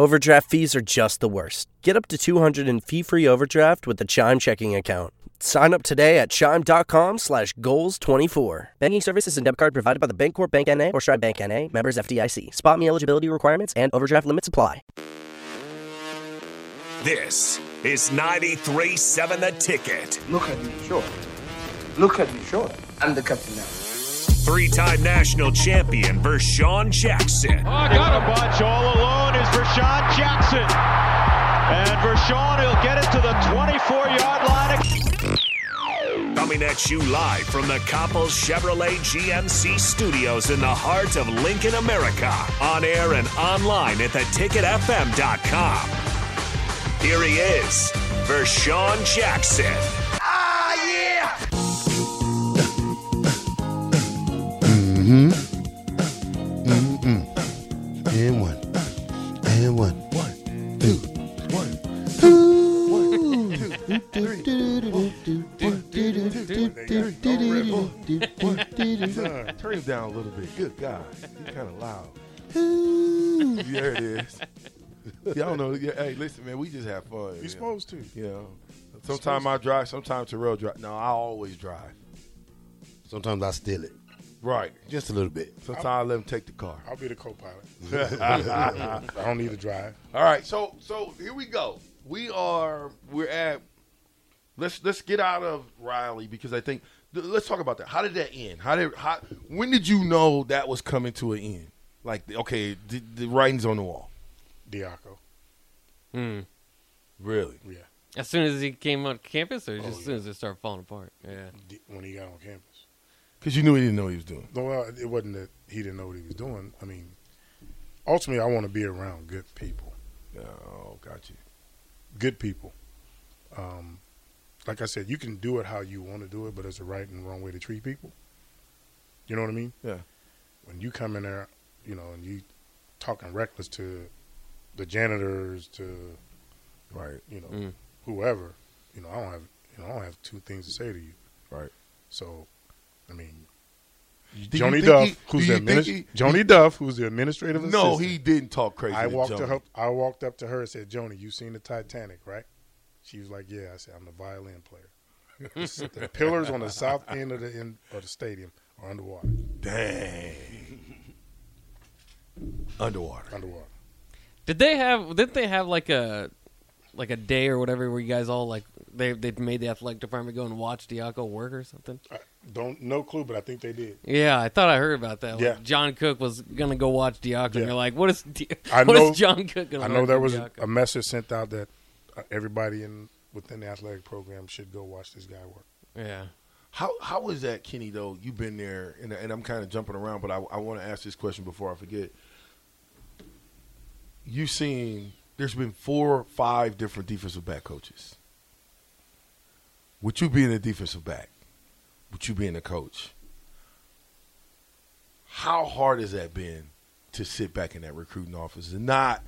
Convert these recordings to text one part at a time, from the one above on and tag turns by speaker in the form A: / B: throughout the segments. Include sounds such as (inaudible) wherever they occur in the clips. A: Overdraft fees are just the worst. Get up to 200 in fee-free overdraft with the Chime checking account. Sign up today at chime.com slash goals24. Banking services and debit card provided by the Bancorp Bank N.A. or Stride Bank N.A. Members FDIC. Spot me eligibility requirements and overdraft limits apply.
B: This is 93.7 The Ticket.
C: Look at me, sure. Look at me, sure. I'm the captain now.
B: Three-time national champion Vershawn Jackson.
D: Oh, got a bunch all alone is Vershawn Jackson. And Vershawn, he'll get it to the 24-yard line.
B: Coming at you live from the Coppels Chevrolet GMC studios in the heart of Lincoln, America. On air and online at theticketfm.com. Here he is, Vershawn Jackson.
E: And one. And one. One, two, one, two.
F: Turn it down a little bit. Good God. You're kind of
E: (laughs)
F: loud. There it is. Y'all know. Yeah, hey, listen, man, we just have fun.
G: You're supposed to.
F: You know, sometimes I drive, sometimes Terrell drive. No, I always drive.
E: Sometimes I steal it.
F: Right.
E: Just a little bit.
F: Sometimes I let him take the car.
G: I'll be the co-pilot. I don't need to drive.
F: All right, so so here we go. We are we're at let's let's get out of Riley because I think th- let's talk about that. How did that end? How did how when did you know that was coming to an end? Like okay, the, the writing's on the wall.
G: Diaco.
F: Really?
G: Yeah.
H: As soon as he came on campus, or just
G: Oh,
H: as soon as it started falling apart? Yeah.
G: D- When he got on campus.
F: Because you knew he didn't know what he was doing.
G: Well, it wasn't that he didn't know what he was doing. I mean, ultimately, I want to be around good people.
F: Oh, got you.
G: Good people. Um, like I said, you can do it how you want to do it, but it's a right and wrong way to treat people. You know what I mean?
F: Yeah.
G: when you come in there, you know, and you talking reckless to the janitors, to
F: Right. Mm.
G: you know, whoever, you know, I don't have, you know, I don't have two things to say to you.
F: Right.
G: So, I mean,
F: Do you
G: Joni
F: think
G: Duff,
F: he-
G: who's
F: do
G: the
F: you think
G: administ-
F: he-
G: Joni Duff, who's the administrative
F: No,
G: assistant.
F: he didn't talk crazy.
G: I walked
F: Joni.
G: to her, I walked up to her and said, "Joni, you seen the Titanic, right?" She was like, "Yeah." I said, "I'm the violin player." the pillars on the south end of the end of the stadium are underwater.
F: Dang. Underwater.
G: Underwater.
H: Did they have? Didn't they have like a like a day or whatever where you guys all like they they made the athletic department go and watch Diaco work or something?
G: I don't no clue, but I think they did.
H: Yeah, I thought I heard about that. Like,
G: Yeah.
H: John Cook was gonna go watch Diaco.
G: Yeah.
H: And you're like, what is Di-
G: I
H: (laughs) what
G: know-
H: is John Cook gonna?
G: I
H: learn
G: know there
H: from
G: was
H: Diaco?
G: a message sent out that uh, everybody in within the athletic program should go watch this guy work.
H: yeah.
F: How how is that, Kenny? Though you've been there, and, and I'm kind of jumping around, but I, I want to ask this question before I forget. You've seen there's been four or five different defensive back coaches. With you being a defensive back, with you being a coach, how hard has that been to sit back in that recruiting office and not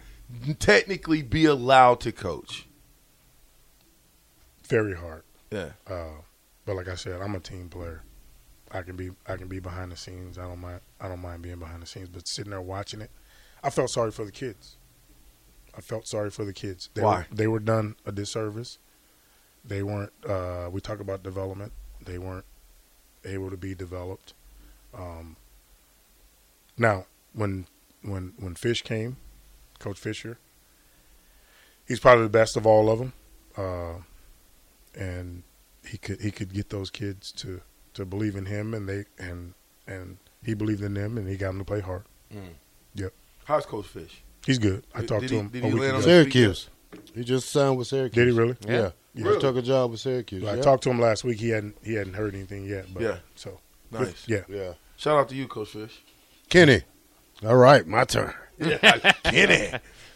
F: technically be allowed to coach?
G: Very hard,
F: Yeah,
G: uh, but like I said, I'm a team player. I can be I can be behind the scenes. I don't mind I don't mind being behind the scenes, but sitting there watching it, I felt sorry for the kids. I felt sorry for the kids. They
F: Why?
G: Were, they were done a disservice. They weren't. Uh, we talk about development. They weren't able to be developed. Um, now, when when when Fish came, Coach Fisher, he's probably the best of all of them, uh, and he could he could get those kids to to believe in him, and they and and he believed in them, and he got them to play hard. Yep,
F: how's Coach Fish?
G: he's good. I
F: Did-
G: talked
F: did
G: to
F: he-
G: him.
F: did
G: a
F: he
G: week
F: land
G: ago.
F: on
E: Syracuse. He just signed with Syracuse.
G: Did he really?
E: Yeah.
G: Yeah.
E: He took a job with Syracuse.
G: I
E: yeah.
G: talked to him last week. He hadn't he hadn't heard anything yet. But,
F: Yeah.
G: So
F: Nice.
G: Yeah.
E: Yeah.
F: Shout out to you, Coach Fish.
E: Kenny. All right, my turn.
F: Kenny.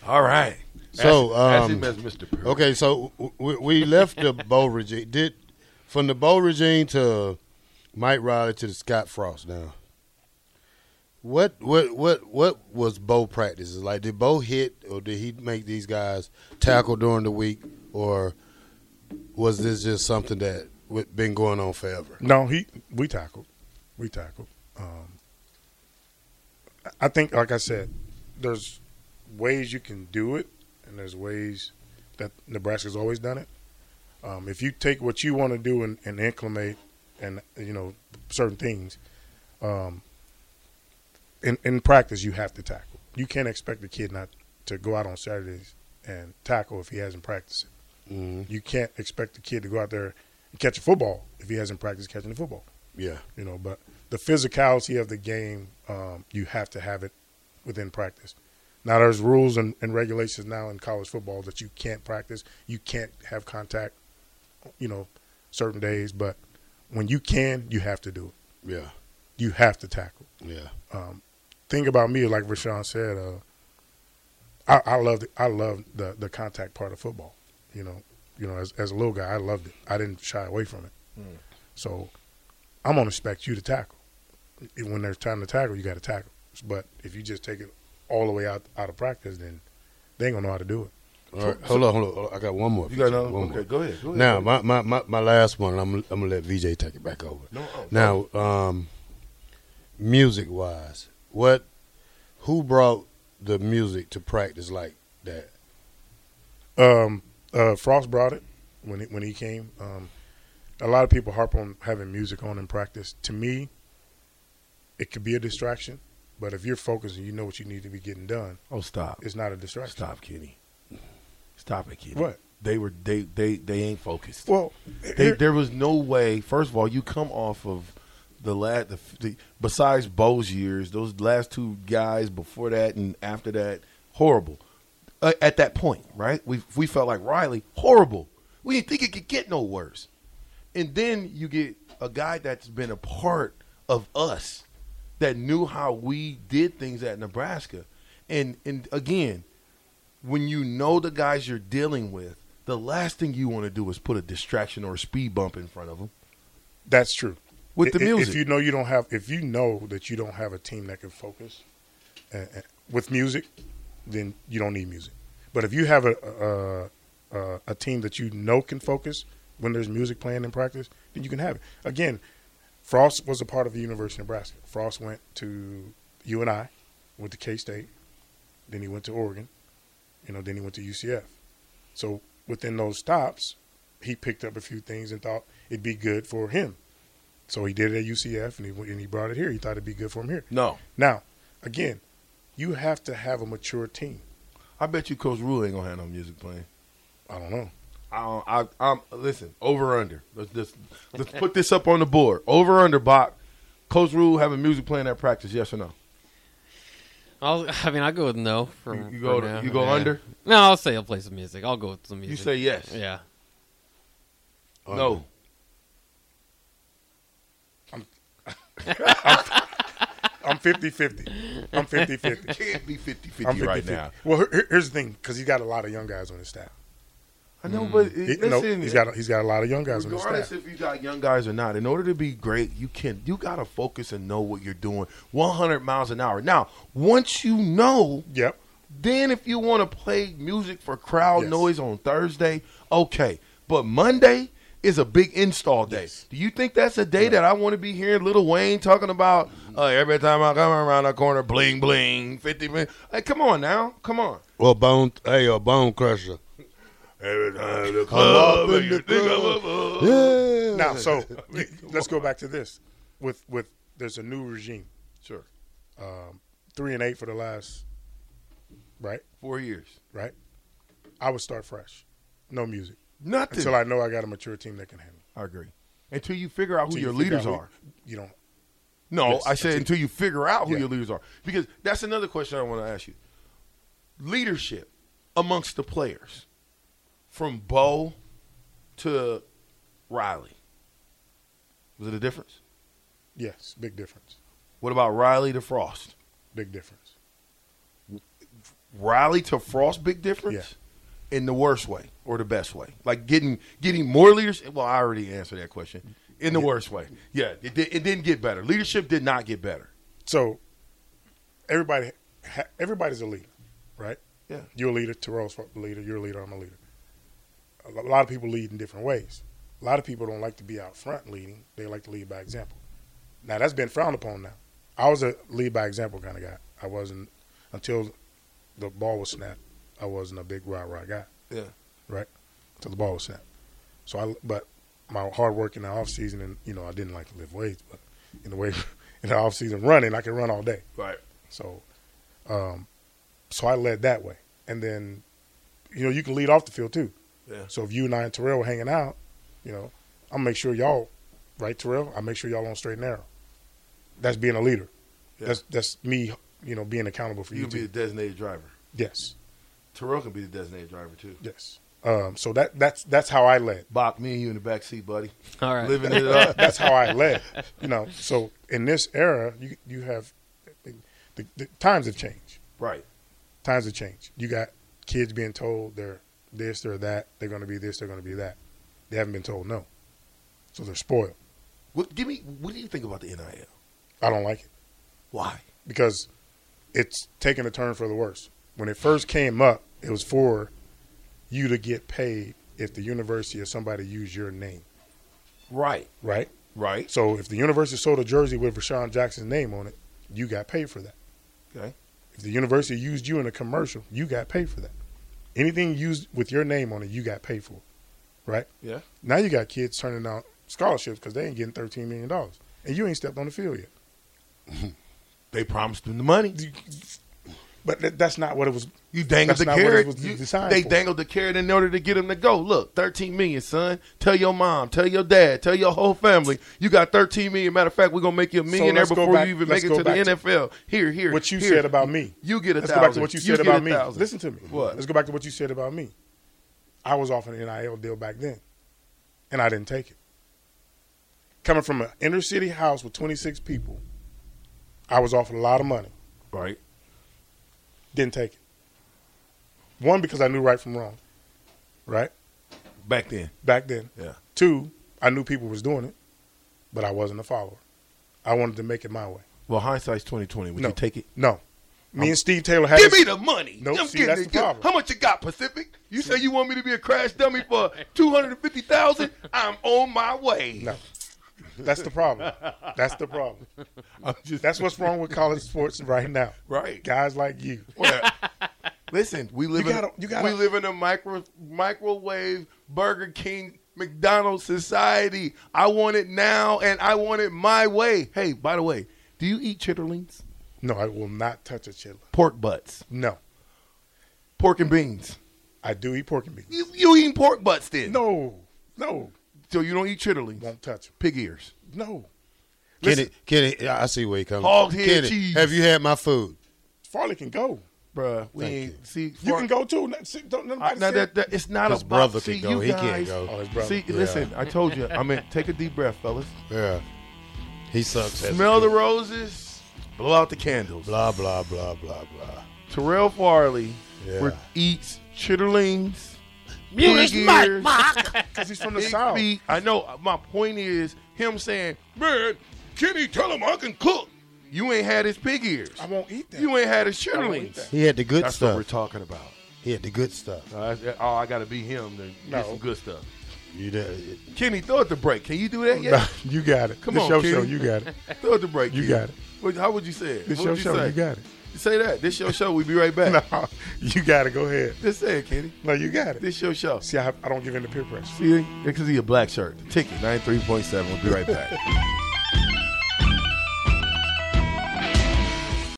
F: All right.
E: So,
F: as,
E: um,
F: as him as Mr. Perry.
E: Okay, so w- w- we left the Bo regime. Did from the Bo regime to Mike Riley to the Scott Frost now. What what what what was Bo practices like? Did Bo hit or did he make these guys tackle during the week, or was this just something that w- been going on forever?
G: No, he we tackled, we tackled. Um, I- I think, like I said, there's ways you can do it, and there's ways that Nebraska's always done it. Um, if you take what you want to do and, and inclimate, and you know certain things, um, in in practice you have to tackle. You can't expect a kid not to go out on Saturdays and tackle if he hasn't practiced it.
E: Mhm.
G: You can't expect the kid to go out there and catch a football if he hasn't practiced catching the football
E: Yeah.
G: you know. But the physicality of the game, um, you have to have it within practice. Now there's rules and, and regulations now in college football that you can't practice, you can't have contact, you know, certain days. But when you can, you have to do it.
E: Yeah.
G: You have to tackle. Um,
E: Yeah.
G: Thing about me, like Rashawn said, uh, I, I loved it. I loved the the contact part of football. You know, you know, as as a little guy, I loved it. I didn't shy away from it. So I'm gonna expect you to tackle. And When there's time to tackle, you got to tackle. But if you just take it all the way out out of practice, then they ain't gonna know how to do it.
E: All right. Hold on, hold on. hold on. I got one more.
F: You got another?
E: One
F: Okay, go ahead, go ahead,
E: Now,
F: go
E: my, my, my, my last one, I'm, I'm going to let VJ take it back over.
F: No, oh,
E: now, um, music wise, what, who brought the music to practice like that?
G: Um, uh, Frost brought it when he, when he came. Um, a lot of people harp on having music on in practice. To me, it could be a distraction, but if you're focused and you know what you need to be getting done,
F: Oh, stop.
G: it's not a distraction.
F: Stop, Kenny. Stop it, Kenny.
G: What?
F: They were they they they ain't focused.
G: Well,
F: they,
G: here-
F: there was no way. First of all, you come off of the last the, the besides Bo's years, those last two guys before that and after that, horrible. Uh, at that point, right? We we felt like Riley horrible. We didn't think it could get no worse. And then you get a guy that's been a part of us that knew how we did things at Nebraska. And and again, when you know the guys you're dealing with, the last thing you want to do is put a distraction or a speed bump in front of them.
G: That's true.
F: With the
G: I- i-
F: music.
G: if you know you don't have, if you know that you don't have a team that can focus uh, uh, with music, then you don't need music. But if you have a a, a a team that you know can focus when there's music playing in practice, then you can have it. Again, Frost was a part of the University of Nebraska. Frost went to U and I, went to K State, then he went to Oregon, you know, then he went to UCF. So within those stops, he picked up a few things and thought it'd be good for him. So he did it at UCF and he went- and he brought it here. He thought it'd be good for him here.
F: No.
G: Now, again, you have to have a mature team.
F: I bet you Coach Rule ain't gonna have no music playing.
G: I don't know.
F: I, I, I'm listen over or under. Let's just let's put this up on the board. Over or under, Bach. Coach Rule having music playing at practice? Yes or no?
H: I'll, (laughs) I mean, I'll go with no. For,
F: You- you
H: Uh,
F: go-
H: for now.
F: you go
H: Yeah.
F: under?
H: No, I'll say I'll play some music. I'll go with some
F: You
H: music.
F: say yes.
H: yeah.
F: No.
G: I'm 50 50.
F: (laughs)
G: I'm 50 50.
F: Can't be 50
G: I'm
F: 50
G: 50
F: right now.
G: Well, here- here- here's the thing because he's got a lot of young guys on his staff.
F: I know, but
H: Mm.
G: He,
F: listen,
G: no, he's got, a, he's got a lot of young guys on his
F: regardless
G: staff.
F: if you got young guys or not, in order to be great, you can you gotta focus and know what you're doing. 100 miles an hour. Now, once you know,
G: Yep.
F: Then if you want to play music for crowd
G: Yes.
F: noise on Thursday, okay. But Monday is a big install day. Do you think that's a day that I want to be hearing Little Wayne talking about
G: Mm-hmm.
F: uh, every time I come around the corner, bling bling, fifty minutes? Hey, come on now, come on.
E: Or Bone, hey, or Bone Crusher.
F: Every time the
E: club
F: club,
E: and
F: you
E: the
F: think
E: club.
F: I'm a-
E: Yeah.
F: (laughs)
G: Now, so (laughs) you- let's go back to this. With, with There's a new regime.
F: Sure,
G: Three and eight for the last, right?
F: four years,
G: Right? I would start fresh. No music.
F: nothing.
G: Until I know I got a mature team that can handle it.
F: I agree. Until you figure out who
G: Until
F: your
G: you figure
F: leaders
G: out who-
F: are.
G: You don't.
F: No,
G: Yes,
F: I said
G: until-
F: until you figure out who
G: Yeah.
F: your leaders are. Because that's another question I want to ask you. Leadership amongst the players, from Bo to Riley. Was it a difference?
G: Yes, big difference.
F: What about Riley to Frost?
G: Big difference.
F: Riley to Frost, big difference in the worst way or the best way. Like getting getting more leadership. Well, I already answered that question. In the worst way, yeah, it, did, it didn't get better. Leadership did not get better.
G: So everybody, ha, everybody's a leader, right?
F: Yeah.
G: You're a leader. Terrell's a leader. You're a leader. I'm a leader. A lo- a lot of people lead in different ways. A lot of people don't like to be out front leading. They like to lead by example. Now that's been frowned upon. Now, I was a lead by example kind of guy. I wasn't until the ball was snapped. I wasn't a big rah rah guy,
F: Yeah.
G: right? So the ball was snapped. So I, but my hard work in the off season, and you know, I didn't like to lift weights, but in the way (laughs) in the off season running, I could run all day.
F: Right.
G: So, um, so I led that way, and then, you know, you can lead off the field too.
F: Yeah.
G: So if you and I and Terrell were hanging out, you know, I'll make sure y'all, right, Terrell? I make sure y'all on straight and narrow. That's being a leader.
F: Yeah.
G: That's that's me, you know, being accountable for
F: You
G: you,
F: can be
G: too.
F: the designated driver.
G: yes,
F: Terrell can be the designated driver too.
G: yes. Um, so that that's that's how I led.
F: Bach, me and you in the back seat, buddy.
H: All right.
F: Living (laughs) it up.
G: That's how I led. You know, so in this era, you you have the, the times have changed.
F: right.
G: times have changed. You got kids being told they're this, they're that, they're going to be this, they're going to be that. They haven't been told no, so they're spoiled.
F: What give me what do you think about the NIL?
G: I don't like it
F: Why?
G: because it's taking a turn for the worse. When it first came up, it was for you to get paid if the university or somebody used your name,
F: Right.
G: right?
F: Right.
G: So if the university sold a jersey with Rashawn Jackson's name on it, you got paid for that.
F: Okay.
G: If the university used you in a commercial, you got paid for that. Anything used with your name on it, you got paid for it, right?
F: Yeah.
G: Now you got kids turning down scholarships because they ain't getting thirteen million dollars, and you ain't stepped on the field yet.
F: They promised them the money.
G: But that, that's not what it was.
F: You dangled
G: That's
F: the
G: not what it
F: carrot.
G: was
F: You-
G: designed
F: they
G: for.
F: dangled the carrot in order to get him to go. Look, thirteen million, son. Tell your mom, tell your dad, tell your whole family. You got thirteen million. Matter of fact, we're gonna make you a millionaire
G: let's go
F: before
G: back-
F: you even make
G: let's
F: it
G: go
F: to the
G: back to
F: NFL. Here, here.
G: What you
F: here.
G: said about me.
F: You get a
G: Let's
F: thousand.
G: go back to what you said
F: get a
G: about me.
F: thousand.
G: Listen to me.
F: What?
G: Let's go back to what you said about me. I was off an NIL deal back then, and I didn't take it. Coming from an inner city house with twenty six people, I was off a lot of money.
F: Right.
G: Didn't take it. One because I knew right from wrong, right?
F: Back then.
G: back then.
F: Yeah.
G: Two, I knew people was doing it, but I wasn't a follower. I wanted to make it my way.
F: Well, hindsight's twenty twenty. Would
G: no,
F: you take it?
G: No. Me and Steve Taylor had
F: Give
G: this-
F: me the money.
G: Nope,
F: I'm
G: see,
F: getting
G: that's
F: it.
G: the
F: Give-
G: problem.
F: How much you got, Pacific? You say you want me to be a crash dummy
G: (laughs)
F: for two hundred and fifty thousand? I'm on my way.
G: No. That's the problem. That's the problem.
F: (laughs) I'm just
G: That's what's wrong with college sports right now.
F: Right.
G: Guys like you.
F: Well, listen, we live
G: You
F: in a-
G: gotta- you gotta-
F: we live in a micro microwave Burger King McDonald's society. I want it now, and I want it my way. Hey, by the way, do you eat chitterlings?
G: No, I will not touch a chitlin.
F: Pork butts,
G: No.
F: pork and beans.
G: I do eat pork and beans.
F: You you eating pork butts then?
G: No. No.
F: so you don't eat chitterlings.
G: Won't touch 'em.
F: Pig ears.
G: No.
E: Kenny, Kenny, I see where you coming.
F: Hog head
E: Kenny,
F: cheese.
E: Have you had my food?
G: Farley can go.
F: Bruh, we
E: Thank
F: ain't
E: you.
F: see.
G: You
F: far-
G: can go too. Not- see, Don't, nobody
F: I, now
G: said-
F: that, that it's not
E: His
F: a
E: brother
F: see,
E: could go.
F: you
E: He can't
F: guys-
E: go.
G: Oh, his brother.
F: See,
E: Yeah.
F: listen, I told you. I mean, take a deep breath, fellas.
E: Yeah. He sucks. as a
F: Smell the
E: kid.
F: roses, blow out the candles.
E: Blah blah blah blah blah.
F: Terrell Farley
E: Yeah.
F: re- eats chitterlings.
H: Munich
F: pig
H: Mike,
F: ears,
G: Because he's from the
F: pig
G: South.
F: feet. I know. uh, My point is him saying, "Man, Kenny, tell him I can cook." You ain't had his pig ears.
G: I won't eat that.
F: You ain't had his
G: I won't eat
F: chitterlings.
G: that.
E: He had the good
F: That's what we're
E: stuff.
F: talking about.
E: he had the good stuff.
F: Uh, that's- oh, I got to be him to
G: No.
F: get some good stuff.
E: You did.
F: Kenny, throw it the break. Can you do that yet?
G: (laughs) you got it.
F: Come
G: this
F: on,
G: your
F: kid.
G: show. You got it.
F: Throw it the break.
G: You
F: kid.
G: got it.
F: What- how would you say it?
G: This
F: what
G: your
F: would you
G: show.
F: say?
G: You got it. (laughs)
F: Say that. This your show. We be right back.
G: No, you got it. Go ahead.
F: Just say it, Kenny.
G: No, you got it.
F: This your show.
G: See, I, I don't give in to peer pressure.
F: See, because he a black shirt. The ticket, 93.7. We'll be right back.